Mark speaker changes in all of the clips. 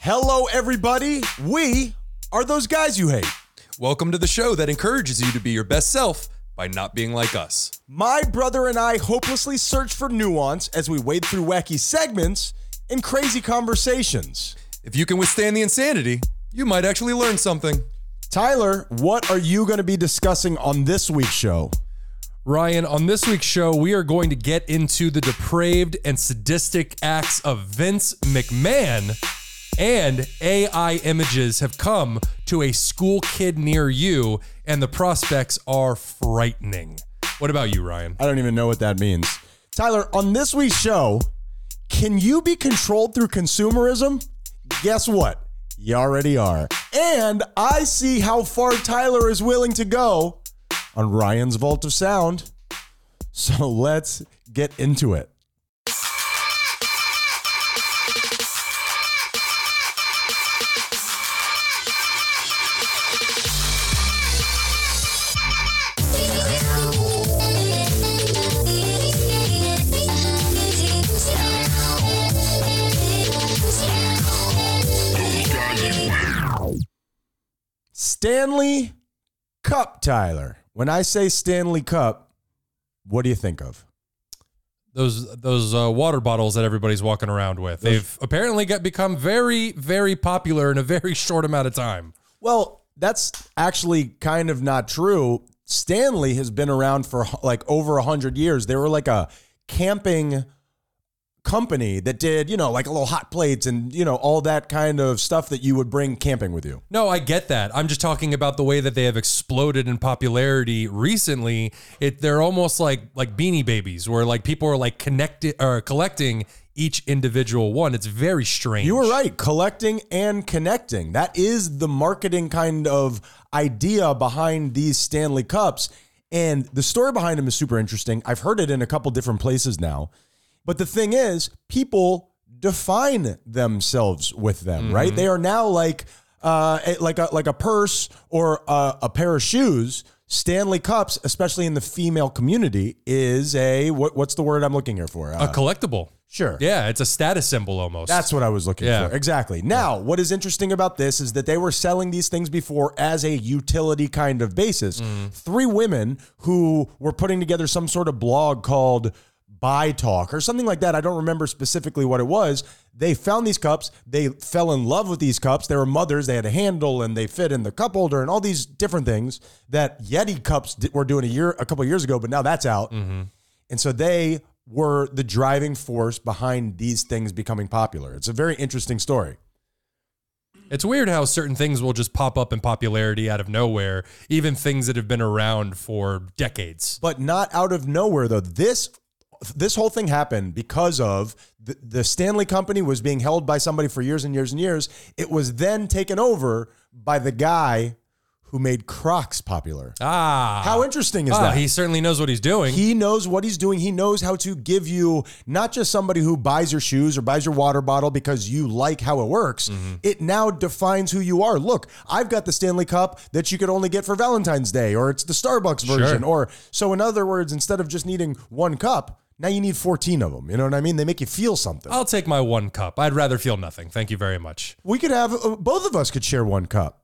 Speaker 1: Hello, everybody. We are those guys you hate.
Speaker 2: Welcome to the show that encourages you to be your best self by not being like us.
Speaker 1: My brother and I hopelessly search for nuance as we wade through wacky segments and crazy conversations.
Speaker 2: If you can withstand the insanity, you might actually learn something.
Speaker 1: Tyler, what are you going to be discussing on this week's show?
Speaker 2: Ryan, on this week's show, we are going to get into the depraved and sadistic acts of Vince McMahon, and AI images have come to a school kid near you, and the prospects are frightening. What about you, Ryan?
Speaker 1: I don't even know what that means. Tyler, on this week's show, can you be controlled through consumerism? Guess what? You already are. And I see how far Tyler is willing to go on Ryan's Vault of Sound. So let's get into it. Stanley Cup, Tyler. When I say Stanley Cup, what do you think of?
Speaker 2: Those those uh, water bottles that everybody's walking around with. They've apparently got become very very popular in a very short amount of time.
Speaker 1: Well, that's actually kind of not true. Stanley has been around for like over 100 years. They were like a camping company that did, you know, like little hot plates and, you know, all that kind of stuff that you would bring camping with you.
Speaker 2: No, I get that. I'm just talking about the way that they have exploded in popularity recently. It they're almost like like beanie babies where like people are like connected or collecting each individual one. It's very strange.
Speaker 1: You were right. Collecting and connecting. That is the marketing kind of idea behind these Stanley Cups. And the story behind them is super interesting. I've heard it in a couple different places now. But the thing is, people define themselves with them, right? They are now like uh, eh, like a like a purse or a, a pair of shoes. Stanley Cups, especially in the female community, is a what, what's the word I'm looking here for?
Speaker 2: a
Speaker 1: Uh,
Speaker 2: collectible.
Speaker 1: sure.
Speaker 2: Yeah, it's a status symbol almost.
Speaker 1: That's what I was looking
Speaker 2: Yeah.
Speaker 1: for. Exactly. Now, what is interesting about this is that they were selling these things before as a utility kind of basis.
Speaker 2: Mm.
Speaker 1: Three women who were putting together some sort of blog called Buy Talk or something like that. I don't remember specifically what it was. They found these cups. They fell in love with these cups. They were mothers. They had a handle and they fit in the cup holder and all these different things that Yeti cups di- were doing a year, a couple years ago, but now that's out.
Speaker 2: Mm-hmm.
Speaker 1: And so they were the driving force behind these things becoming popular. It's a very interesting story.
Speaker 2: It's weird how certain things will just pop up in popularity out of nowhere, even things that have been around for decades.
Speaker 1: But not out of nowhere though. This this whole thing happened because of the, the Stanley Company was being held by somebody for years and years and years. It was then taken over by the guy who made Crocs popular.
Speaker 2: Ah.
Speaker 1: How interesting is
Speaker 2: ah,
Speaker 1: that?
Speaker 2: he certainly knows what he's doing.
Speaker 1: He knows what he's doing. He knows how to give you not just somebody who buys your shoes or buys your water bottle because you like how it works.
Speaker 2: Mm-hmm.
Speaker 1: It now defines who you are. Look, I've got the Stanley Cup that you could only get for Valentine's Day, or it's the Starbucks version. Or so, in other words, instead of just needing one cup, now you need 14 of them. You know what I mean? They make you feel something.
Speaker 2: I'll take my one cup. I'd rather feel nothing. Thank you very much.
Speaker 1: we could have uh, both of us could share one cup.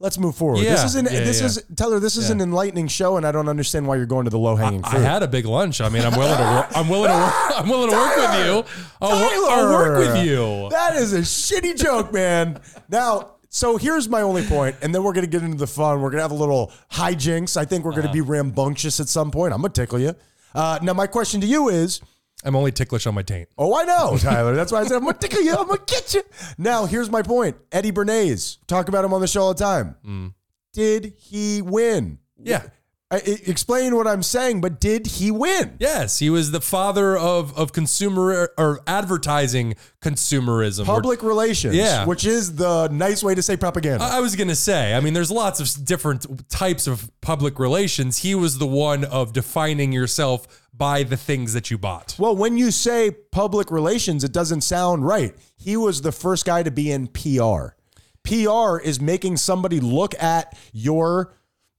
Speaker 1: Let's move forward. this
Speaker 2: Yeah.
Speaker 1: is an
Speaker 2: Yeah,
Speaker 1: this
Speaker 2: yeah.
Speaker 1: is Tyler. This is an enlightening show, and I don't understand why you're going to the low hanging
Speaker 2: I
Speaker 1: fruit.
Speaker 2: had a big lunch. I mean, I'm willing to work. I'm willing to work. I'm willing to work with you. I'll, wor- I'll work with you.
Speaker 1: That is a shitty joke, man. Now, so here's my only point, and then we're gonna get into the fun. We're gonna have a little hijinks. I think we're gonna be
Speaker 2: Uh-huh.
Speaker 1: rambunctious at some point. I'm gonna tickle you. Uh, now, my question to you is:
Speaker 2: I'm only ticklish on my taint.
Speaker 1: Oh, I know, Tyler. That's why I said I'm gonna tickle you. I'm gonna get you. Now, here's my point: Eddie Bernays. Talk about him on the show all the time.
Speaker 2: Mm.
Speaker 1: Did he win?
Speaker 2: Yeah.
Speaker 1: I, I- explain what I'm saying, but did he win?
Speaker 2: Yes, he was the father of of consumer or advertising consumerism. We're-
Speaker 1: Public relations,
Speaker 2: Yeah.
Speaker 1: which is the nice way to say propaganda.
Speaker 2: I I was gonna say. I mean, there's lots of s- different types of public relations. He was the one of defining yourself by the things that you bought.
Speaker 1: Well, when you say public relations, it doesn't sound right. He was the first guy to be in PR. PR is making somebody look at your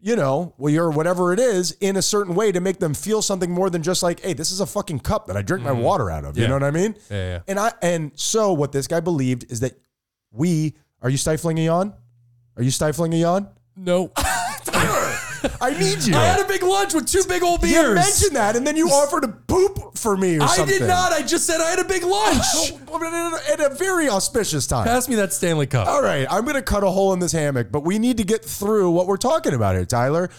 Speaker 1: you know, well, you're whatever it is in a certain way to make them feel something more than just like, hey, this is a fucking cup that I drink my water out of. You
Speaker 2: Mm-hmm. Yeah.
Speaker 1: know what I mean?
Speaker 2: Yeah, yeah, yeah.
Speaker 1: And I and so what this guy believed is that we are you stifling a yawn? Are you stifling a yawn?
Speaker 2: No.
Speaker 1: I need you.
Speaker 2: I had a big lunch with two big old beers.
Speaker 1: you mentioned that, and then you offered to poop for me or
Speaker 2: I
Speaker 1: something. Oh,
Speaker 2: did not. I just said I had a big lunch.
Speaker 1: At a very auspicious time.
Speaker 2: Pass me that Stanley Cup.
Speaker 1: All right, I'm going to cut a hole in this hammock, but we need to get through what we're talking about here, Tyler.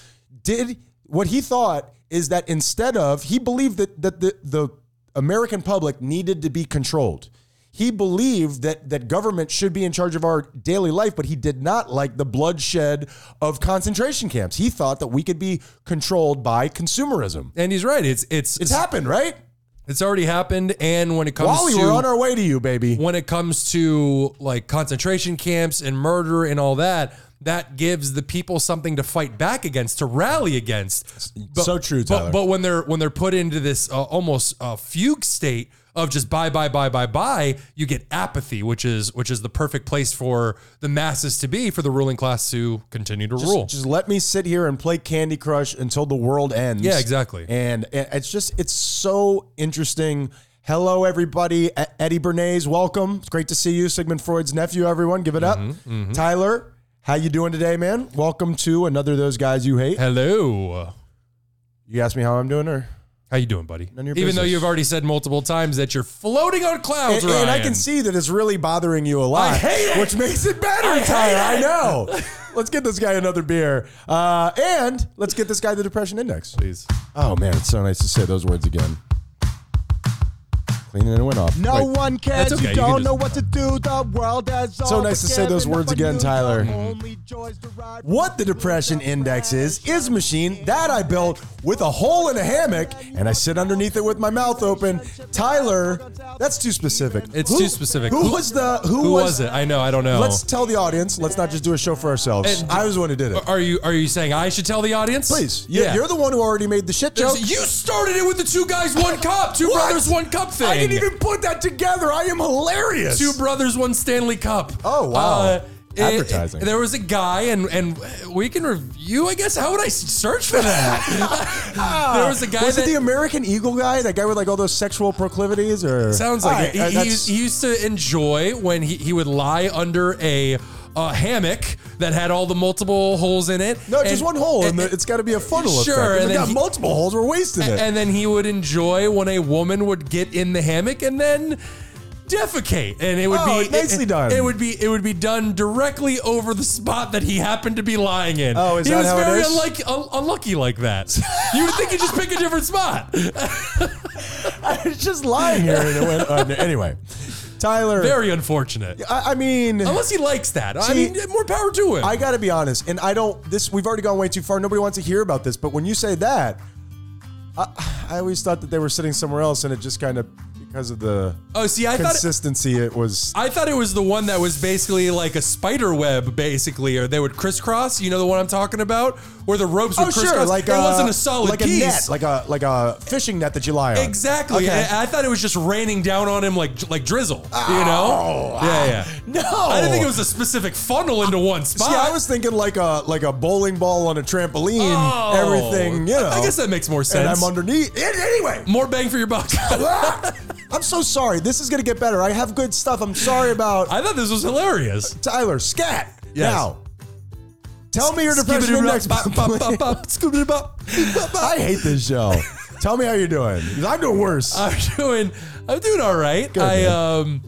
Speaker 1: Did what he thought is that instead of he believed that that the, the American public needed to be controlled. He believed that that government should be in charge of our daily life, but he did not like the bloodshed of concentration camps. He thought that we could be controlled by consumerism.
Speaker 2: And he's right. It's it's
Speaker 1: It's
Speaker 2: it's,
Speaker 1: happened, right?
Speaker 2: already happened. And when it comes
Speaker 1: Wally,
Speaker 2: to
Speaker 1: we're on our way to you, baby.
Speaker 2: when it comes to like concentration camps and murder and all that, that gives the people something to fight back against, to rally against.
Speaker 1: so true, Tyler.
Speaker 2: But, but when they're when they're put into this uh, almost uh, fugue state of just buy buy buy buy buy, you get apathy, which is which is the perfect place for the masses to be for the ruling class to continue to rule.
Speaker 1: Just let me sit here and play Candy Crush until the world ends.
Speaker 2: Yeah, exactly.
Speaker 1: And it- it's just, it's so interesting. Hello, everybody. E- Eddie Bernays, welcome. It's great to see you. Sigmund Freud's nephew, everyone. Give it up.
Speaker 2: Mm-hmm,
Speaker 1: Tyler, how you doing today, man? Welcome to another of those guys you hate.
Speaker 2: Hello.
Speaker 1: You asked me how I'm doing, or
Speaker 2: How you doing, buddy?
Speaker 1: of your
Speaker 2: Even though
Speaker 1: business.
Speaker 2: you've already said multiple times that you're floating on clouds,
Speaker 1: and, and I
Speaker 2: Ryan.
Speaker 1: can see that it's really bothering you a lot.
Speaker 2: I hate it.
Speaker 1: Which makes it better, Tyler. I know. let's get this guy another beer. Uh, and let's get this guy the Depression Index.
Speaker 2: Please.
Speaker 1: Oh man, it's so nice to say those words again. Cleaning it went off.
Speaker 3: No
Speaker 1: Wait,
Speaker 3: one cares.
Speaker 2: That's okay,
Speaker 3: You
Speaker 2: you can
Speaker 3: don't
Speaker 2: just-
Speaker 3: know what to do. The world has
Speaker 1: So nice to say those words again, Tyler. What the depression index is is a machine that I built with a hole in a hammock, and I sit underneath it with my mouth open. Tyler, that's too specific.
Speaker 2: It's too specific.
Speaker 1: Who
Speaker 2: Who-
Speaker 1: was the? Who,
Speaker 2: Who was it? I know. I don't know.
Speaker 1: Let's tell the audience. Let's not just do a show for ourselves.
Speaker 2: And-
Speaker 1: I was the one who did it.
Speaker 2: Are you are you saying I should tell the audience?
Speaker 1: Please, you're, you're the one who already made the shit joke.
Speaker 2: There's- you started it with the two guys, one cup, two
Speaker 1: What?
Speaker 2: brothers, one cup thing.
Speaker 1: I didn't even put that together. I am hilarious.
Speaker 2: two brothers, one Stanley Cup. Uh,
Speaker 1: Oh, wow.
Speaker 2: it-
Speaker 1: Advertising.
Speaker 2: there was a guy, and and we can review. I guess how would I s- search for that? there was a guy
Speaker 1: Was
Speaker 2: that
Speaker 1: it the American Eagle guy? That guy with like all those sexual proclivities, or
Speaker 2: sounds
Speaker 1: All right,
Speaker 2: like it.
Speaker 1: uh,
Speaker 2: He- he,
Speaker 1: that's-
Speaker 2: used, he used to enjoy when he, he would lie under a, uh hammock that had all the multiple holes in it.
Speaker 1: no, just
Speaker 2: And-
Speaker 1: one hole, and
Speaker 2: and-
Speaker 1: the, it's got to be a funnel effect.
Speaker 2: Sure,
Speaker 1: If
Speaker 2: and
Speaker 1: we
Speaker 2: then
Speaker 1: got
Speaker 2: he-
Speaker 1: multiple holes. We're wasting it.
Speaker 2: and then he would enjoy when a woman would get in the hammock and then defecate and it would
Speaker 1: Oh,
Speaker 2: be
Speaker 1: nicely
Speaker 2: it,
Speaker 1: done.
Speaker 2: it would be it would be done directly over the spot that he happened to be lying in
Speaker 1: Oh, is
Speaker 2: he
Speaker 1: that
Speaker 2: was
Speaker 1: how it
Speaker 2: very
Speaker 1: is?
Speaker 2: unlike un- unlucky like that you would think he'd just pick a different spot
Speaker 1: I was just lying here, and it went. under. anyway, Tyler.
Speaker 2: very Oh. unfortunate
Speaker 1: I, I mean,
Speaker 2: unless he likes that i
Speaker 1: See,
Speaker 2: mean more power to him
Speaker 1: I got to be honest, and I don't. This we've already gone way too far. Nobody wants to hear about this, but when you say that, I, I always thought that they were sitting somewhere else, and it just kind of because of the
Speaker 2: oh see i thought it-
Speaker 1: consistency, it was.
Speaker 2: I thought it was the one that was basically like a spider web, basically, or they would crisscross. You know the one I'm talking about, where the ropes would
Speaker 1: Oh,
Speaker 2: crisscross.
Speaker 1: sure, like
Speaker 2: it
Speaker 1: a,
Speaker 2: wasn't a solid
Speaker 1: like
Speaker 2: piece.
Speaker 1: a net, like a like a fishing net that you lie on.
Speaker 2: Exactly.
Speaker 1: Okay.
Speaker 2: I, I thought it was just raining down on him like like drizzle. you know? yeah, yeah.
Speaker 1: Oh, No,
Speaker 2: I didn't think it was a specific funnel into one
Speaker 1: See,
Speaker 2: spot.
Speaker 1: I was thinking like a like a bowling ball on a trampoline.
Speaker 2: Oh.
Speaker 1: everything, you know.
Speaker 2: I guess that makes more
Speaker 1: and
Speaker 2: sense.
Speaker 1: I'm underneath. An- Anyway,
Speaker 2: more bang for your buck.
Speaker 1: I'm so sorry. This is gonna get better. I have good stuff. I'm sorry about
Speaker 2: I thought this was hilarious.
Speaker 1: Tyler Scat.
Speaker 2: Yes.
Speaker 1: Now, tell me your depression index.
Speaker 2: Bop, bop, bop, bop, scoobity-bop.
Speaker 1: I hate this show. tell me how you're doing. 'cause I'm doing worse.
Speaker 2: I'm doing I'm doing all right. I
Speaker 1: man.
Speaker 2: um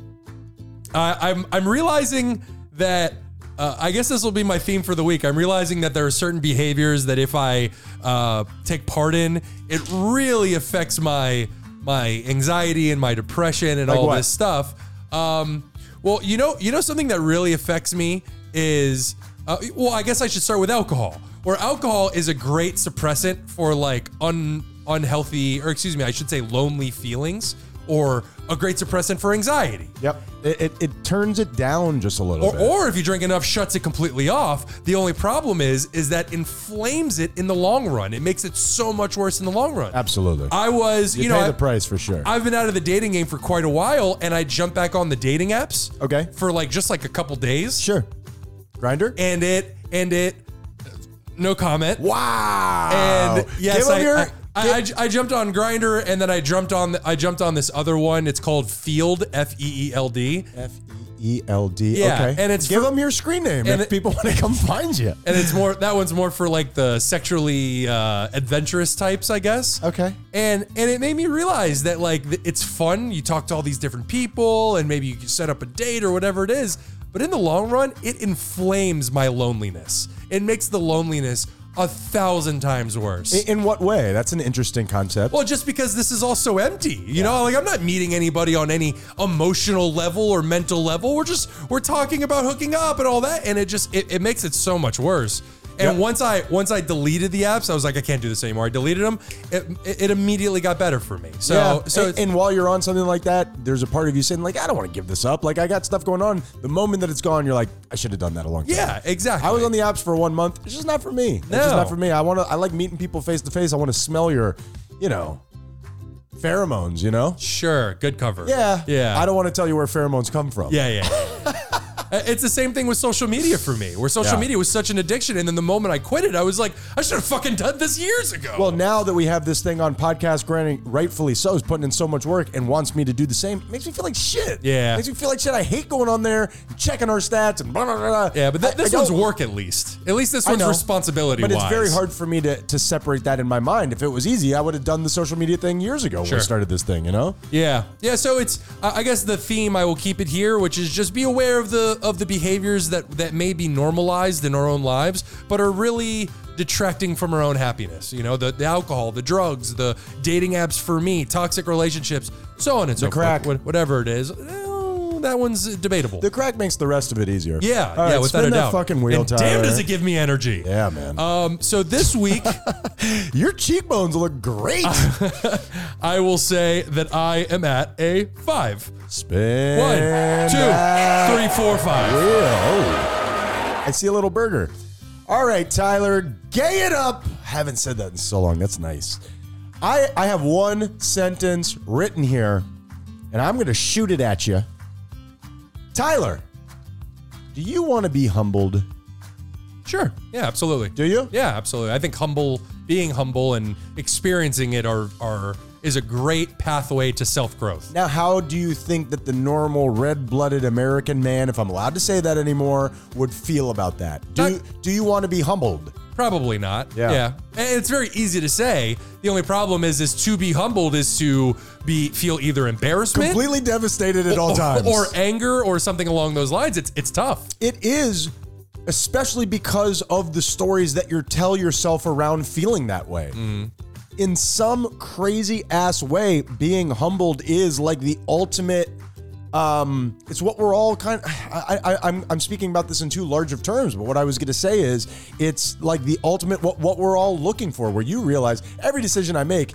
Speaker 2: I, I'm I'm realizing that uh, I guess this will be my theme for the week. I'm realizing that there are certain behaviors that if I uh, take part in, it really affects my my anxiety and my depression and
Speaker 1: Like
Speaker 2: all
Speaker 1: what?
Speaker 2: this stuff. Um, well, you know, you know something that really affects me is uh, well, I guess I should start with alcohol. Where alcohol is a great suppressant for like un unhealthy or excuse me, I should say lonely feelings or a great suppressant for anxiety.
Speaker 1: yep. It, it it turns it down just a little
Speaker 2: Or,
Speaker 1: bit.
Speaker 2: or if you drink enough, shuts it completely off. The only problem is, is that inflames it in the long run. It makes it so much worse in the long run.
Speaker 1: Absolutely.
Speaker 2: I was, you,
Speaker 1: you
Speaker 2: know,
Speaker 1: pay
Speaker 2: I,
Speaker 1: the price for sure.
Speaker 2: I've been out of the dating game for quite a while, and I jumped back on the dating apps.
Speaker 1: Okay.
Speaker 2: For like just like a couple days,
Speaker 1: sure. Grinder.
Speaker 2: and it and it No comment.
Speaker 1: Wow.
Speaker 2: And yes,
Speaker 1: Give him
Speaker 2: I,
Speaker 1: your-
Speaker 2: I, I,
Speaker 1: give-
Speaker 2: I, I jumped on Grinder, and then I jumped on I jumped on this other one. It's called Field F E E L D,
Speaker 1: F E E L D.
Speaker 2: Yeah,
Speaker 1: okay.
Speaker 2: and it's
Speaker 1: give
Speaker 2: for-
Speaker 1: them your screen name if
Speaker 2: and it-
Speaker 1: people want to come find you.
Speaker 2: and it's more that one's more for like the sexually uh, adventurous types, I guess.
Speaker 1: Okay.
Speaker 2: And and it made me realize that like th- it's fun. You talk to all these different people, and maybe you can set up a date or whatever it is. But in the long run, it inflames my loneliness. It makes the loneliness a thousand times worse.
Speaker 1: I- In what way? That's an interesting concept.
Speaker 2: Well, just because this is all so empty, you know, like I'm not meeting anybody on any emotional level or mental level. We're just we're talking about hooking up and all that, and it just it, it makes it so much worse. And
Speaker 1: Yep.
Speaker 2: once I once I deleted the apps, I was like, I can't do this anymore. I deleted them. It, it, it immediately got better for me. So
Speaker 1: yeah.
Speaker 2: so
Speaker 1: and, and while you're on something like that, there's a part of you saying like, I don't want to give this up. Like I got stuff going on. The moment that it's gone, you're like, I should have done that a long time.
Speaker 2: yeah, exactly.
Speaker 1: I was on the apps for one month. It's just not for me. It's just
Speaker 2: No.
Speaker 1: not for me. I want to. I like meeting people face to face. I want to smell your, you know, pheromones. You know.
Speaker 2: sure good cover.
Speaker 1: Yeah.
Speaker 2: yeah.
Speaker 1: I don't want to tell you where pheromones come from.
Speaker 2: Yeah, yeah. Uh, it's the same thing with social media for me, where social
Speaker 1: Yeah.
Speaker 2: media was such an addiction, and then the moment I quit it, I was like, I should have fucking done this years ago.
Speaker 1: Well, now that we have this thing on podcast, granting rightfully so, is putting in so much work and wants me to do the same. It makes me feel like shit.
Speaker 2: Yeah.
Speaker 1: makes me feel like shit. I hate going on there, and checking our stats, and blah blah blah. blah.
Speaker 2: Yeah, but th-
Speaker 1: I-
Speaker 2: this
Speaker 1: I
Speaker 2: one's
Speaker 1: don't-
Speaker 2: work at least. At least this
Speaker 1: I
Speaker 2: one's
Speaker 1: know.
Speaker 2: responsibility.
Speaker 1: But it's very hard for me to to separate that in my mind. If it was easy, I would have done the social media thing years ago when
Speaker 2: Sure.
Speaker 1: I started this thing. You know.
Speaker 2: Yeah, yeah. So it's I I guess the theme I will keep it here, which is just be aware of the of the behaviors that that may be normalized in our own lives, but are really detracting from our own happiness. You know, the, the alcohol, the drugs, the dating apps for me, toxic relationships, so on and so
Speaker 1: crack.
Speaker 2: forth. Wha- Whatever it is, Eh, that one's debatable.
Speaker 1: The crack makes the rest of it easier.
Speaker 2: yeah,
Speaker 1: All right,
Speaker 2: yeah, without
Speaker 1: spin
Speaker 2: a
Speaker 1: that
Speaker 2: doubt.
Speaker 1: fucking wheel,
Speaker 2: and
Speaker 1: Tyler.
Speaker 2: damn, does it give me energy?
Speaker 1: yeah, man.
Speaker 2: Um. So this week.
Speaker 1: Your cheekbones look great.
Speaker 2: I will say that I am at a five.
Speaker 1: Spin.
Speaker 2: One,
Speaker 1: that
Speaker 2: two, three, four, five.
Speaker 1: wheel. Oh, I see a little burger. All right, Tyler, gay it up. Haven't said that in so long. That's nice. I I have one sentence written here, and I'm gonna shoot it at you. Tyler, do you want to be humbled?
Speaker 2: Sure. Yeah, absolutely.
Speaker 1: Do you?
Speaker 2: Yeah, absolutely. I think humble, being humble and experiencing it are, are is a great pathway to self growth.
Speaker 1: Now, how do you think that the normal red-blooded American man, if I'm allowed to say that anymore, would feel about that? Do
Speaker 2: Not-
Speaker 1: you, do you want to be humbled?
Speaker 2: Probably not.
Speaker 1: Yeah.
Speaker 2: And it's very easy to say. The only problem is, is to be humbled is to be feel either embarrassment
Speaker 1: Completely devastated at all times.
Speaker 2: or anger or something along those lines. It's it's tough.
Speaker 1: it is, especially because of the stories that you tell yourself around feeling that way. In some crazy ass way, being humbled is like the ultimate. Um, it's what we're all kind. I, I, I'm I'm speaking about this in too large of terms, but what I was going to say is, it's like the ultimate what what we're all looking for. Where you realize every decision I make,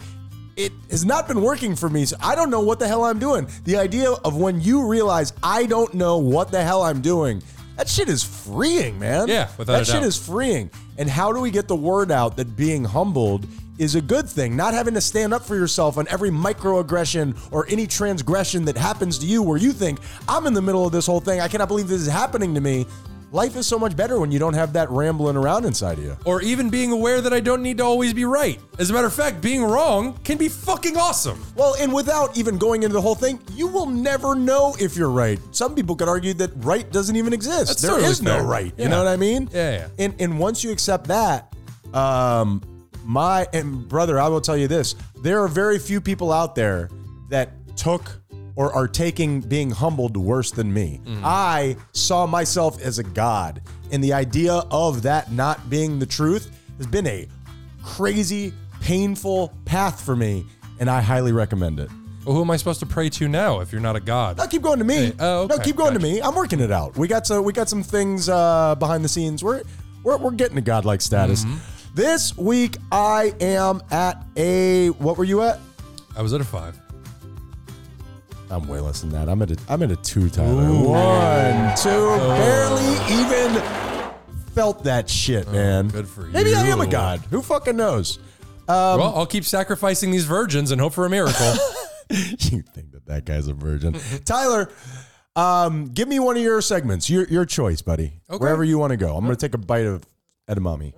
Speaker 1: it has not been working for me. So I don't know what the hell I'm doing. The idea of when you realize I don't know what the hell I'm doing, that shit is freeing, man.
Speaker 2: Yeah, without
Speaker 1: that
Speaker 2: a
Speaker 1: shit
Speaker 2: doubt.
Speaker 1: is freeing. And how do we get the word out that being humbled is a good thing? Not having to stand up for yourself on every microaggression or any transgression that happens to you where you think, I'm in the middle of this whole thing. I cannot believe this is happening to me. Life is so much better when you don't have that rambling around inside of you.
Speaker 2: Or even being aware that I don't need to always be right. As a matter of fact, being wrong can be fucking awesome.
Speaker 1: Well, and without even going into the whole thing, you will never know if you're right. Some people could argue that right doesn't even exist.
Speaker 2: That's
Speaker 1: there
Speaker 2: totally
Speaker 1: is no
Speaker 2: fair.
Speaker 1: right.
Speaker 2: Yeah.
Speaker 1: You know what I mean?
Speaker 2: Yeah, yeah.
Speaker 1: And and once you accept that, um, my and brother, I will tell you this: there are very few people out there that took or are taking being humbled worse than me.
Speaker 2: Mm.
Speaker 1: I saw myself as a god, and the idea of that not being the truth has been a crazy, painful path for me, and I highly recommend it.
Speaker 2: Well, who am I supposed to pray to now if you're not a god?
Speaker 1: No, keep going to me.
Speaker 2: oh, okay.
Speaker 1: No, keep going
Speaker 2: Gotcha.
Speaker 1: to me. I'm working it out. We got so we got some things uh, behind the scenes. We're we're, we're getting to godlike status.
Speaker 2: Mm-hmm.
Speaker 1: This week I am at a what were you at?
Speaker 2: I was at a five.
Speaker 1: I'm way less than that. I'm at a I'm at a two Tyler. One, two, barely even felt that shit, man.
Speaker 2: Oh. good for
Speaker 1: Maybe I am a
Speaker 2: you.
Speaker 1: god. Who fucking knows? Um,
Speaker 2: well, I'll keep sacrificing these virgins and hope for a miracle.
Speaker 1: you think that that guy's a virgin, Tyler? Um, give me one of your segments. Your your choice, buddy.
Speaker 2: Okay.
Speaker 1: Wherever you want to go. I'm gonna take a bite of edamame.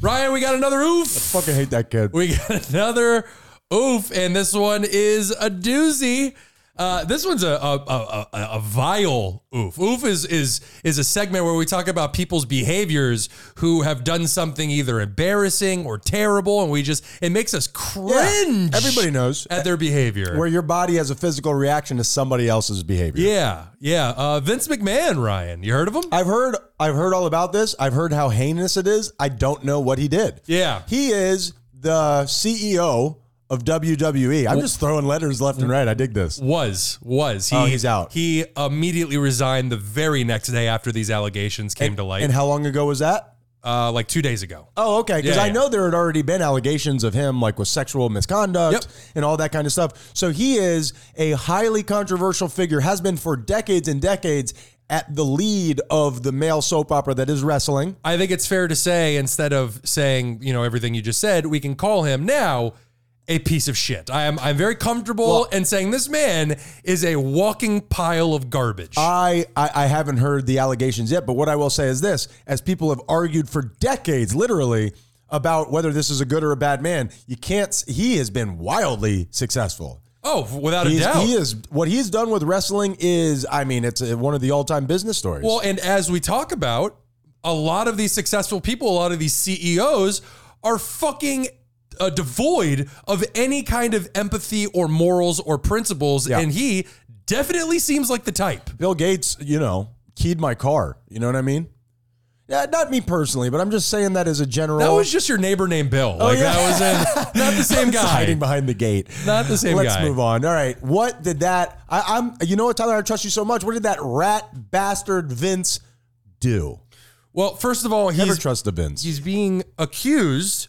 Speaker 2: Ryan, we got another oof.
Speaker 1: Fucking hate that kid.
Speaker 2: We got another oof, and this one is a doozy. Uh, this one's a a, a, a a vile oof. Oof is is is a segment where we talk about people's behaviors who have done something either embarrassing or terrible, and we just it makes us cringe.
Speaker 1: Everybody knows.
Speaker 2: at their behavior.
Speaker 1: Where your body has a physical reaction to somebody else's behavior.
Speaker 2: yeah, yeah. Uh, Vince McMahon, Ryan, you heard of him?
Speaker 1: I've heard I've heard all about this. I've heard how heinous it is. I don't know what he did.
Speaker 2: Yeah.
Speaker 1: He is the CEO of WWE. I'm just throwing letters left and right. I dig this.
Speaker 2: was was he?
Speaker 1: Oh, he's out.
Speaker 2: He immediately resigned the very next day after these allegations came to light,
Speaker 1: And how long ago was that?
Speaker 2: uh, like two days ago.
Speaker 1: Oh, okay. Because
Speaker 2: Yeah,
Speaker 1: I
Speaker 2: yeah.
Speaker 1: know there had already been allegations of him, like with sexual misconduct
Speaker 2: Yep.
Speaker 1: and all that kind of stuff. So he is a highly controversial figure, has been for decades and decades at the lead of the male soap opera that is wrestling.
Speaker 2: I think it's fair to say instead of saying you know everything you just said, we can call him now a piece of shit. I am I'm very comfortable in saying this man is a walking pile of garbage.
Speaker 1: I, I I haven't heard the allegations yet, but what I will say is this: as people have argued for decades, literally about whether this is a good or a bad man, you can't. s- He has been wildly successful.
Speaker 2: oh, without a
Speaker 1: He's,
Speaker 2: doubt.
Speaker 1: he is what he's done with wrestling is. I mean, it's uh, one of the all-time business stories.
Speaker 2: Well, and as we talk about, a lot of these successful people, a lot of these CEOs are fucking uh, devoid of any kind of empathy or morals or principles.
Speaker 1: Yeah.
Speaker 2: And he definitely seems like the type.
Speaker 1: Bill Gates, you know, keyed my car. You know what I mean? Yeah, not me personally, but I'm just saying that as a general.
Speaker 2: That was just your neighbor named Bill. like,
Speaker 1: Oh, yeah.
Speaker 2: that was in, not the same guy.
Speaker 1: hiding behind the gate.
Speaker 2: Not the same
Speaker 1: Let's
Speaker 2: guy.
Speaker 1: move on. All right. What did that? I, I'm. You know what, Tyler? I trust you so much. What did that rat bastard Vince do?
Speaker 2: Well, first of all,
Speaker 1: Never
Speaker 2: he's
Speaker 1: trust a Vince.
Speaker 2: he's being accused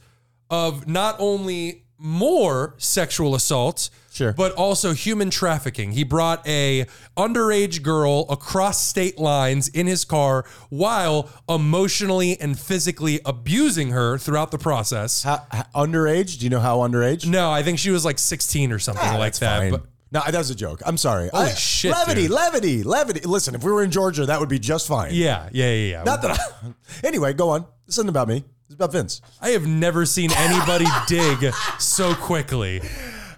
Speaker 2: of not only more sexual assault,
Speaker 1: Sure.
Speaker 2: but also human trafficking. He brought a underage girl across state lines in his car while emotionally and physically abusing her throughout the process.
Speaker 1: How, how- Uh, underage? Do you know how underage?
Speaker 2: No, I think she was like 16 or something
Speaker 1: Ah,
Speaker 2: like
Speaker 1: that's
Speaker 2: that.
Speaker 1: fine.
Speaker 2: But
Speaker 1: no, that was a joke. I'm sorry.
Speaker 2: Holy
Speaker 1: I-
Speaker 2: shit,
Speaker 1: Levity,
Speaker 2: dude.
Speaker 1: levity, levity. Listen, if we were in Georgia, that would be just fine.
Speaker 2: yeah, yeah, yeah, yeah.
Speaker 1: Not that. I, anyway, go on. This isn't about me. It's about Vince.
Speaker 2: I have never seen anybody dig so quickly.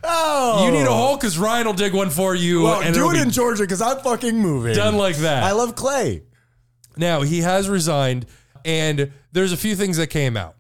Speaker 1: Oh,
Speaker 2: You need a hole because Ryan will dig one for you.
Speaker 1: Well,
Speaker 2: and
Speaker 1: do
Speaker 2: it'll
Speaker 1: it
Speaker 2: be
Speaker 1: in Georgia because I'm fucking moving.
Speaker 2: done like that.
Speaker 1: I love Clay.
Speaker 2: Now he has resigned, and there's a few things that came out.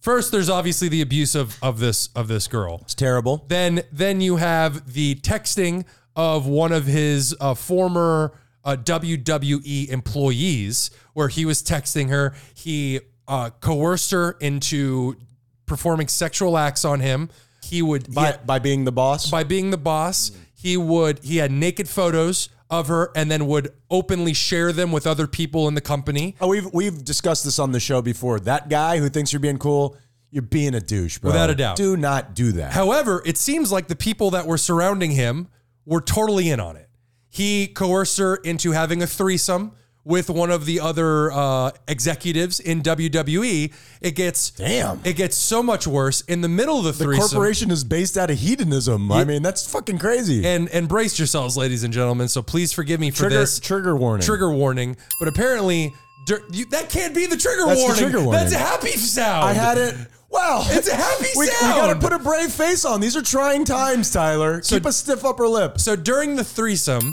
Speaker 2: First, there's obviously the abuse of of this of this girl.
Speaker 1: It's terrible.
Speaker 2: Then then you have the texting of one of his uh, former uh, WWE employees, where he was texting her. He uh, coerced her into performing sexual acts on him. He would
Speaker 1: By, by being the boss.
Speaker 2: by being the boss, he would he had naked photos of her and then would openly share them with other people in the company.
Speaker 1: Oh, we've we've discussed this on the show before. That guy who thinks you're being cool, you're being a douche, bro.
Speaker 2: Without a doubt.
Speaker 1: Do not do that.
Speaker 2: However, it seems like the people that were surrounding him were totally in on it. He coerced her into having a threesome with one of the other uh, executives in WWE. It gets
Speaker 1: Damn.
Speaker 2: It gets so much worse in the middle of the,
Speaker 1: the
Speaker 2: threesome.
Speaker 1: corporation is based out of hedonism. I mean, that's fucking crazy.
Speaker 2: and and brace yourselves, ladies and gentlemen. So please forgive me for
Speaker 1: trigger
Speaker 2: this.
Speaker 1: trigger warning.
Speaker 2: trigger warning, but apparently dur- you, that can't be the trigger
Speaker 1: That's the
Speaker 2: warning.
Speaker 1: trigger warning.
Speaker 2: That's a happy sound.
Speaker 1: I had it. Wow.
Speaker 2: It's a happy
Speaker 1: we, we
Speaker 2: sound.
Speaker 1: gotta put a brave face on. These are trying times, Tyler. Keep a stiff upper lip.
Speaker 2: So during the threesome,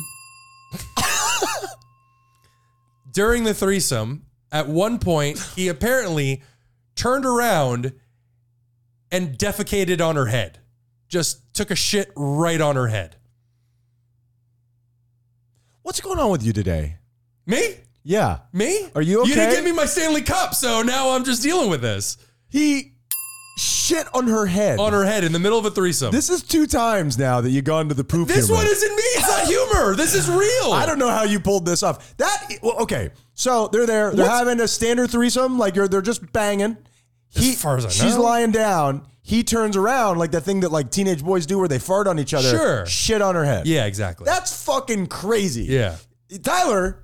Speaker 2: during the threesome, at one point he apparently turned around and defecated on her head. Just took a shit right on her head.
Speaker 1: What's going on with you today?
Speaker 2: Me?
Speaker 1: Yeah.
Speaker 2: Me?
Speaker 1: Are you
Speaker 2: You didn't
Speaker 1: okay?
Speaker 2: give me my Stanley Cup, so now I'm just dealing with this
Speaker 1: He shit on her head.
Speaker 2: on her head in the middle of a threesome.
Speaker 1: this is two times now that you've gone to the poop
Speaker 2: This
Speaker 1: humor.
Speaker 2: one isn't me. It's not humor. This is real.
Speaker 1: I don't know how you pulled this off. That well, okay. So they're there. They're
Speaker 2: What's-
Speaker 1: having a standard threesome. Like you're, they're just banging. He,
Speaker 2: far as I
Speaker 1: she's
Speaker 2: know.
Speaker 1: lying down. He turns around like that thing that like teenage boys do where they fart on each other.
Speaker 2: Sure.
Speaker 1: Shit on her head.
Speaker 2: Yeah, exactly.
Speaker 1: That's fucking crazy.
Speaker 2: yeah.
Speaker 1: Tyler,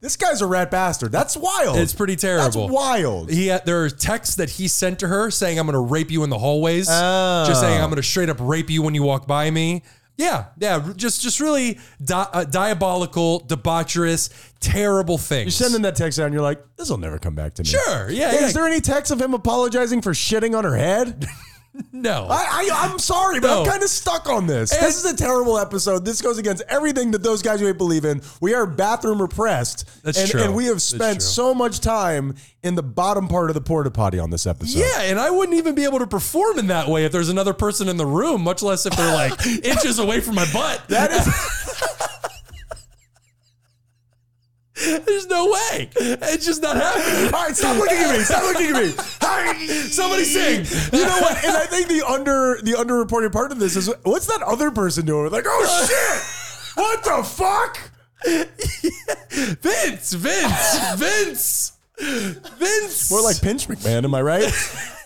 Speaker 1: this guy's a rat bastard. That's wild.
Speaker 2: It's pretty terrible.
Speaker 1: That's wild.
Speaker 2: He had, there are texts that he sent to her saying, "I'm going to rape you in the hallways."
Speaker 1: Oh.
Speaker 2: Just saying, "I'm going to straight up rape you when you walk by me." Yeah, yeah, just just really di- uh, diabolical, debaucherous, terrible things.
Speaker 1: Sending that text out, and you're like, "This will never come back to me."
Speaker 2: Sure, yeah,
Speaker 1: Hey,
Speaker 2: yeah.
Speaker 1: Is there any text of him apologizing for shitting on her head?
Speaker 2: no,
Speaker 1: I, I, I'm sorry, but I'm
Speaker 2: No.
Speaker 1: kind of stuck on this.
Speaker 2: And-
Speaker 1: this is a terrible episode. This goes against everything that those guys we believe in. We are bathroom repressed.
Speaker 2: That's
Speaker 1: and,
Speaker 2: true.
Speaker 1: And we have
Speaker 2: That's
Speaker 1: spent
Speaker 2: true.
Speaker 1: so much time in the bottom part of the porta potty on this episode.
Speaker 2: Yeah, and I wouldn't even be able to perform in that way if there's another person in the room, much less if they're like inches away from my butt.
Speaker 1: That is.
Speaker 2: There's no way. It's just not happening.
Speaker 1: All right, stop looking at me. Stop looking at me.
Speaker 2: Somebody sing.
Speaker 1: You know what? And I think the under the underreported part of this is what's that other person doing? Like, oh shit! What the fuck?
Speaker 2: Vince, Vince, Vince, Vince.
Speaker 1: More like Pinch McMahon, am I right?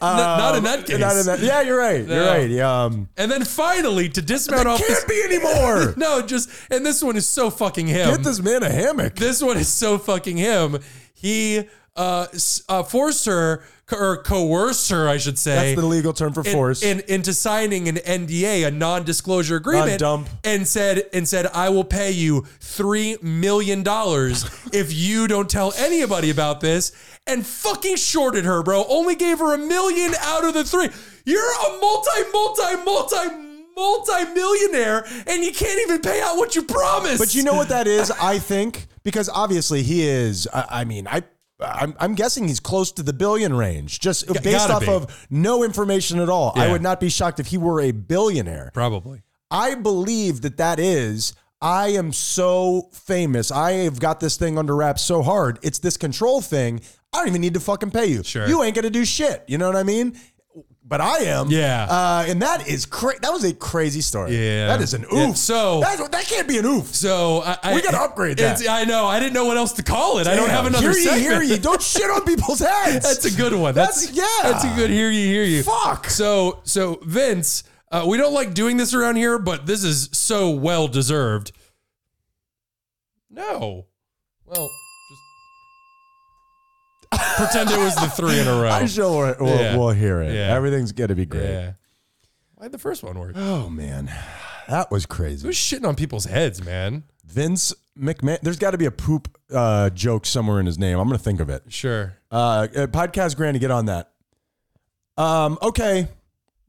Speaker 2: not in that
Speaker 1: Um, Not in
Speaker 2: case.
Speaker 1: that. Yeah, you're right. You're
Speaker 2: No.
Speaker 1: right. Yeah, Um,
Speaker 2: And then finally to dismount off this.
Speaker 1: can't be anymore.
Speaker 2: No, just and this one is so fucking him.
Speaker 1: Get this man a hammock.
Speaker 2: this one is so fucking him. He uh, s- uh forced her co- or coerced her, I should say.
Speaker 1: That's the legal term for
Speaker 2: in-
Speaker 1: force.
Speaker 2: in, into signing an NDA, a non-disclosure agreement,
Speaker 1: Non-dump.
Speaker 2: and said and said, "I will pay you three million dollars if you don't tell anybody about this." And fucking shorted her, bro. Only gave her a million out of the three. You're a multi, multi, multi, multi millionaire, and you can't even pay out what you promised.
Speaker 1: But you know what that is, I think, because obviously he is. I, I mean, I. I'm, I'm guessing he's close to the billion range, just based
Speaker 2: gotta
Speaker 1: off
Speaker 2: be.
Speaker 1: of no information at all. I
Speaker 2: Yeah.
Speaker 1: would not be shocked if he were a billionaire.
Speaker 2: probably.
Speaker 1: I believe that that is. I am so famous. I have got this thing under wraps so hard. It's this control thing. I don't even need to fucking pay you.
Speaker 2: Sure.
Speaker 1: You ain't gonna do shit. You know what I mean? But I am.
Speaker 2: Yeah.
Speaker 1: Uh, and that is crazy. That was a crazy story.
Speaker 2: Yeah.
Speaker 1: That is an oof.
Speaker 2: Yeah, so-
Speaker 1: That's- that can't be an oof.
Speaker 2: So I, I,
Speaker 1: We gotta upgrade that.
Speaker 2: it's- I know. I didn't know what else to call it. I don't have another
Speaker 1: Hear you,
Speaker 2: segment.
Speaker 1: hear you. Don't shit on people's heads.
Speaker 2: That's a good one. That's,
Speaker 1: That's- yeah.
Speaker 2: That's a good hear you hear you.
Speaker 1: Fuck.
Speaker 2: So so Vince, uh, we don't like doing this around here, but this is so well deserved. No. Well, just pretend it was the three in a row.
Speaker 1: I'm sure we'll, we'll-
Speaker 2: Yeah.
Speaker 1: we'll hear it.
Speaker 2: Yeah.
Speaker 1: Everything's gonna be great.
Speaker 2: yeah. Why'd the first one work?
Speaker 1: Oh man, that was crazy.
Speaker 2: Who's shitting on people's heads, man?
Speaker 1: Vince McMahon. There's got to be a poop uh, joke somewhere in his name. I'm gonna think of it.
Speaker 2: Sure.
Speaker 1: Uh, uh, podcast Granny, get on that. Um, okay.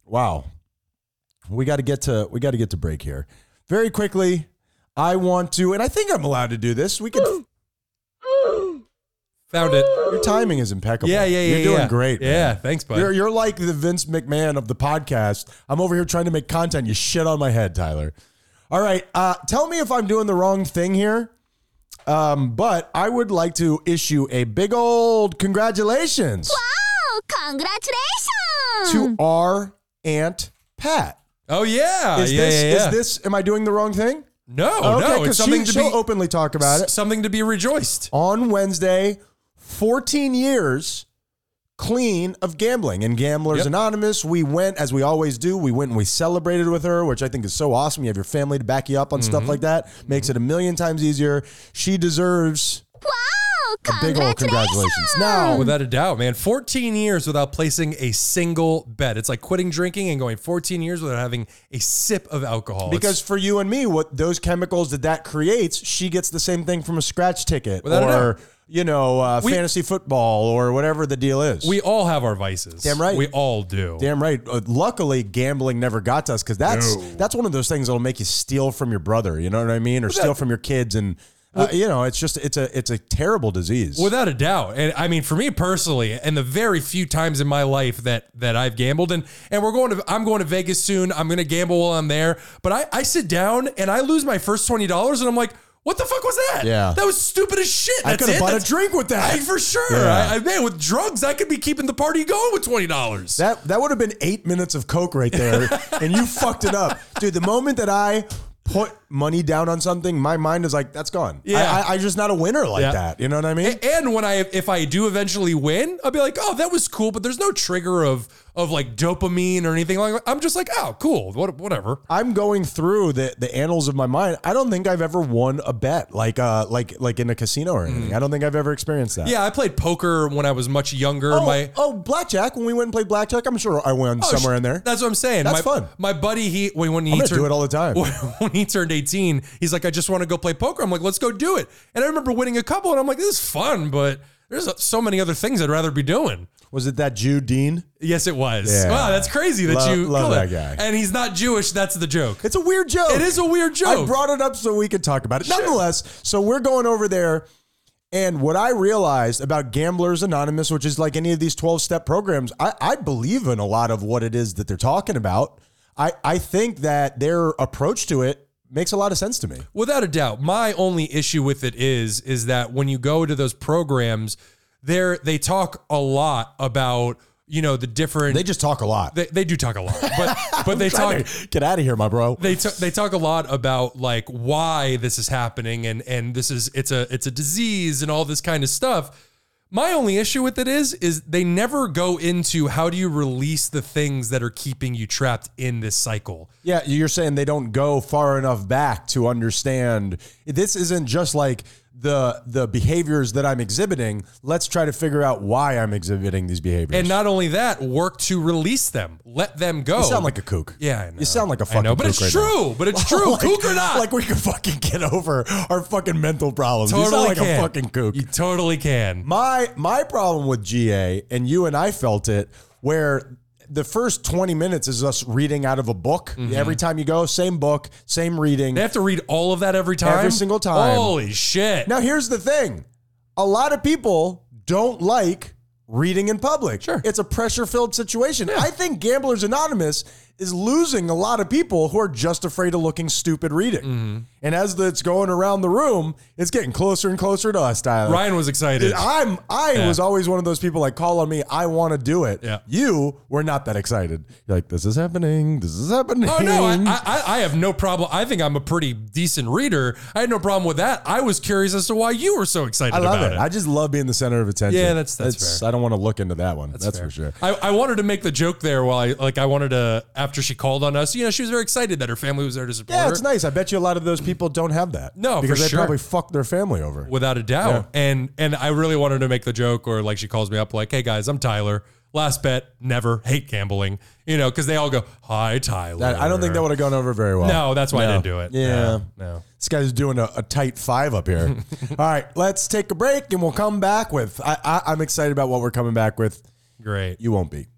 Speaker 1: Wow. We got to get to we got to get to break here very quickly. I want to, and I think I'm allowed to do this. We could.
Speaker 2: Found it.
Speaker 1: Your timing is impeccable.
Speaker 2: Yeah, yeah, yeah.
Speaker 1: You're doing
Speaker 2: yeah.
Speaker 1: great.
Speaker 2: Yeah,
Speaker 1: man.
Speaker 2: thanks, bud.
Speaker 1: You're, you're like the Vince McMahon of the podcast. I'm over here trying to make content. You shit on my head, Tyler. All right. Uh, tell me if I'm doing the wrong thing here. Um, but I would like to issue a big old congratulations
Speaker 4: Oh, congratulations!
Speaker 1: to our Aunt Pat.
Speaker 2: oh yeah.
Speaker 1: Is
Speaker 2: yeah,
Speaker 1: this
Speaker 2: yeah, yeah.
Speaker 1: is this am I doing the wrong thing?
Speaker 2: No, no,
Speaker 1: because
Speaker 2: it's something
Speaker 1: she,
Speaker 2: to
Speaker 1: she'll
Speaker 2: be
Speaker 1: openly talk about it.
Speaker 2: something to be rejoiced.
Speaker 1: on Wednesday, 14 years clean of gambling and Gamblers
Speaker 2: Yep.
Speaker 1: Anonymous. We went, as we always do, we went and we celebrated with her, which I think is so awesome. You have your family to back you up on
Speaker 2: Mm-hmm.
Speaker 1: stuff like that, makes it a million times easier. She deserves
Speaker 4: wow,
Speaker 1: a big old congratulations.
Speaker 4: congratulations!
Speaker 1: Now,
Speaker 2: Without a doubt, man. 14 years without placing a single bet. It's like quitting drinking and going 14 years without having a sip of alcohol. It's-
Speaker 1: because for you and me, what those chemicals that that creates, she gets the same thing from a scratch ticket
Speaker 2: Without a
Speaker 1: or,
Speaker 2: doubt.
Speaker 1: you know, uh,
Speaker 2: We-
Speaker 1: fantasy football or whatever the deal is.
Speaker 2: we all have our vices.
Speaker 1: Damn right.
Speaker 2: We all do.
Speaker 1: Damn right. Uh, luckily, gambling never got to us because that's that's one of those things that'll make you steal from your brother. You know what I mean, or steal from your kids, and uh, you know it's just it's a it's a terrible disease.
Speaker 2: Without a doubt. And I mean, for me personally, and the very few times in my life that that I've gambled, and and we're going to I'm going to Vegas soon. I'm gonna gamble while I'm there. But I, I sit down and I lose my first twenty dollars and I'm like, what the fuck was that?
Speaker 1: Yeah.
Speaker 2: That was stupid as shit.
Speaker 1: I
Speaker 2: That's
Speaker 1: could have
Speaker 2: it?
Speaker 1: bought a
Speaker 2: That's-
Speaker 1: drink with that.
Speaker 2: I, for sure.
Speaker 1: Yeah.
Speaker 2: I, I, man, with drugs, I could be keeping the party going with twenty dollars.
Speaker 1: that that would have been eight minutes of coke right there, and you fucked it up, dude. The moment that I put money down on something, my mind is like, that's gone.
Speaker 2: Yeah.
Speaker 1: I, I, I'm just not a winner like
Speaker 2: Yeah.
Speaker 1: that. You know what I mean?
Speaker 2: and when I if I do eventually win, I'll be like, oh, that was cool, but there's no trigger of of like dopamine or anything like that. I'm just like, oh, cool, what, whatever.
Speaker 1: I'm going through the the annals of my mind. I don't think I've ever won a bet like uh like like in a casino or anything.
Speaker 2: Mm.
Speaker 1: I don't think I've ever experienced that.
Speaker 2: Yeah, I played poker when I was much younger.
Speaker 1: Oh,
Speaker 2: my
Speaker 1: oh, blackjack. When we went and played blackjack, I'm sure I won
Speaker 2: Oh,
Speaker 1: somewhere
Speaker 2: sh-
Speaker 1: in there.
Speaker 2: That's what I'm saying.
Speaker 1: That's
Speaker 2: my,
Speaker 1: fun.
Speaker 2: My buddy, he when, when he
Speaker 1: I'm gonna
Speaker 2: turned,
Speaker 1: do it all the time.
Speaker 2: When, when he turned 18, he's like, I just want to go play poker. I'm like, let's go do it. And I remember winning a couple, and I'm like, this is fun, but there's so many other things I'd rather be doing.
Speaker 1: Was it that Jew Dean?
Speaker 2: Yes, it was.
Speaker 1: Yeah.
Speaker 2: Wow, that's crazy that
Speaker 1: Love-
Speaker 2: you
Speaker 1: love
Speaker 2: killed
Speaker 1: that
Speaker 2: it.
Speaker 1: guy.
Speaker 2: And he's not Jewish. That's the joke.
Speaker 1: It's a weird joke.
Speaker 2: It is a weird joke.
Speaker 1: I brought it up so we could talk about it. Nonetheless, so we're going over there. And what I realized about Gamblers Anonymous, which is like any of these 12 step programs, I, I believe in a lot of what it is that they're talking about. I, I think that their approach to it makes a lot of sense to me.
Speaker 2: Without a doubt, my only issue with it is is that when you go to those programs, there they talk a lot about you know the different.
Speaker 1: They just talk a lot.
Speaker 2: they, they do talk a lot, but but they talk
Speaker 1: Trying to get out of here, my bro.
Speaker 2: they t- they talk a lot about like why this is happening and and this is it's a it's a disease and all this kind of stuff. My only issue with it is is they never go into how do you release the things that are keeping you trapped in this cycle.
Speaker 1: Yeah, you're saying they don't go far enough back to understand this isn't just like the the behaviors that I'm exhibiting. Let's try to figure out why I'm exhibiting these behaviors.
Speaker 2: And not only that, work to release them. Let them go.
Speaker 1: you sound like a kook.
Speaker 2: Yeah, I know.
Speaker 1: You sound like a
Speaker 2: I
Speaker 1: fucking
Speaker 2: know, but
Speaker 1: kook right
Speaker 2: it's
Speaker 1: now.
Speaker 2: true. But it's true.
Speaker 1: Like-
Speaker 2: kook or not.
Speaker 1: Like we can fucking get over our fucking mental problems. you sound like
Speaker 2: can.
Speaker 1: a fucking kook.
Speaker 2: You totally can.
Speaker 1: My my problem with GA, and you and I felt it, where the first 20 minutes is us reading out of a book.
Speaker 2: Mm-hmm.
Speaker 1: Every time you go, same book, same reading.
Speaker 2: They have to read all of that every time.
Speaker 1: Every single time.
Speaker 2: Holy shit.
Speaker 1: Now, here's the thing a lot of people don't like reading in public.
Speaker 2: Sure.
Speaker 1: It's a pressure filled situation. I think Gamblers Anonymous is losing a lot of people who are just afraid of looking stupid reading.
Speaker 2: Mm-hmm.
Speaker 1: And as it's going around the room, it's getting closer and closer to us, Tyler.
Speaker 2: Ryan was excited.
Speaker 1: I'm I
Speaker 2: Yeah.
Speaker 1: was always one of those people like call on me, I want to do it.
Speaker 2: Yeah.
Speaker 1: You were not that excited. You're like, this is happening, this is happening.
Speaker 2: Oh no, I,
Speaker 1: Hmm.
Speaker 2: I I have no problem. I think I'm a pretty decent reader. I had no problem with that. I was curious as to why you were so excited
Speaker 1: I love
Speaker 2: about
Speaker 1: it.
Speaker 2: it.
Speaker 1: I just love being the center of attention.
Speaker 2: Yeah, that's- that's fair.
Speaker 1: I don't want to look into that one. That's,
Speaker 2: fair.
Speaker 1: for sure.
Speaker 2: I, I wanted to make the joke there while I like I wanted to after she called on us. You know, she was very excited that her family was there to support
Speaker 1: Yeah,
Speaker 2: her.
Speaker 1: it's nice. I bet you a lot of those people don't have that.
Speaker 2: No, for
Speaker 1: because they
Speaker 2: sure.
Speaker 1: probably fucked their family over.
Speaker 2: without a doubt. And and I really wanted to make the joke, or like she calls me up, like, "Hey guys, I'm Tyler. Last bet, never hate gambling." You know, because they all go, "Hi, Tyler."
Speaker 1: That- I don't think that would have gone over very well.
Speaker 2: No, that's why I
Speaker 1: No.
Speaker 2: didn't do it.
Speaker 1: Yeah.
Speaker 2: no. no.
Speaker 1: This guy's doing a, a tight five up here. All right, let's take a break and we'll come back with. I, I, I'm excited about what we're coming back with.
Speaker 2: great.
Speaker 1: You won't be.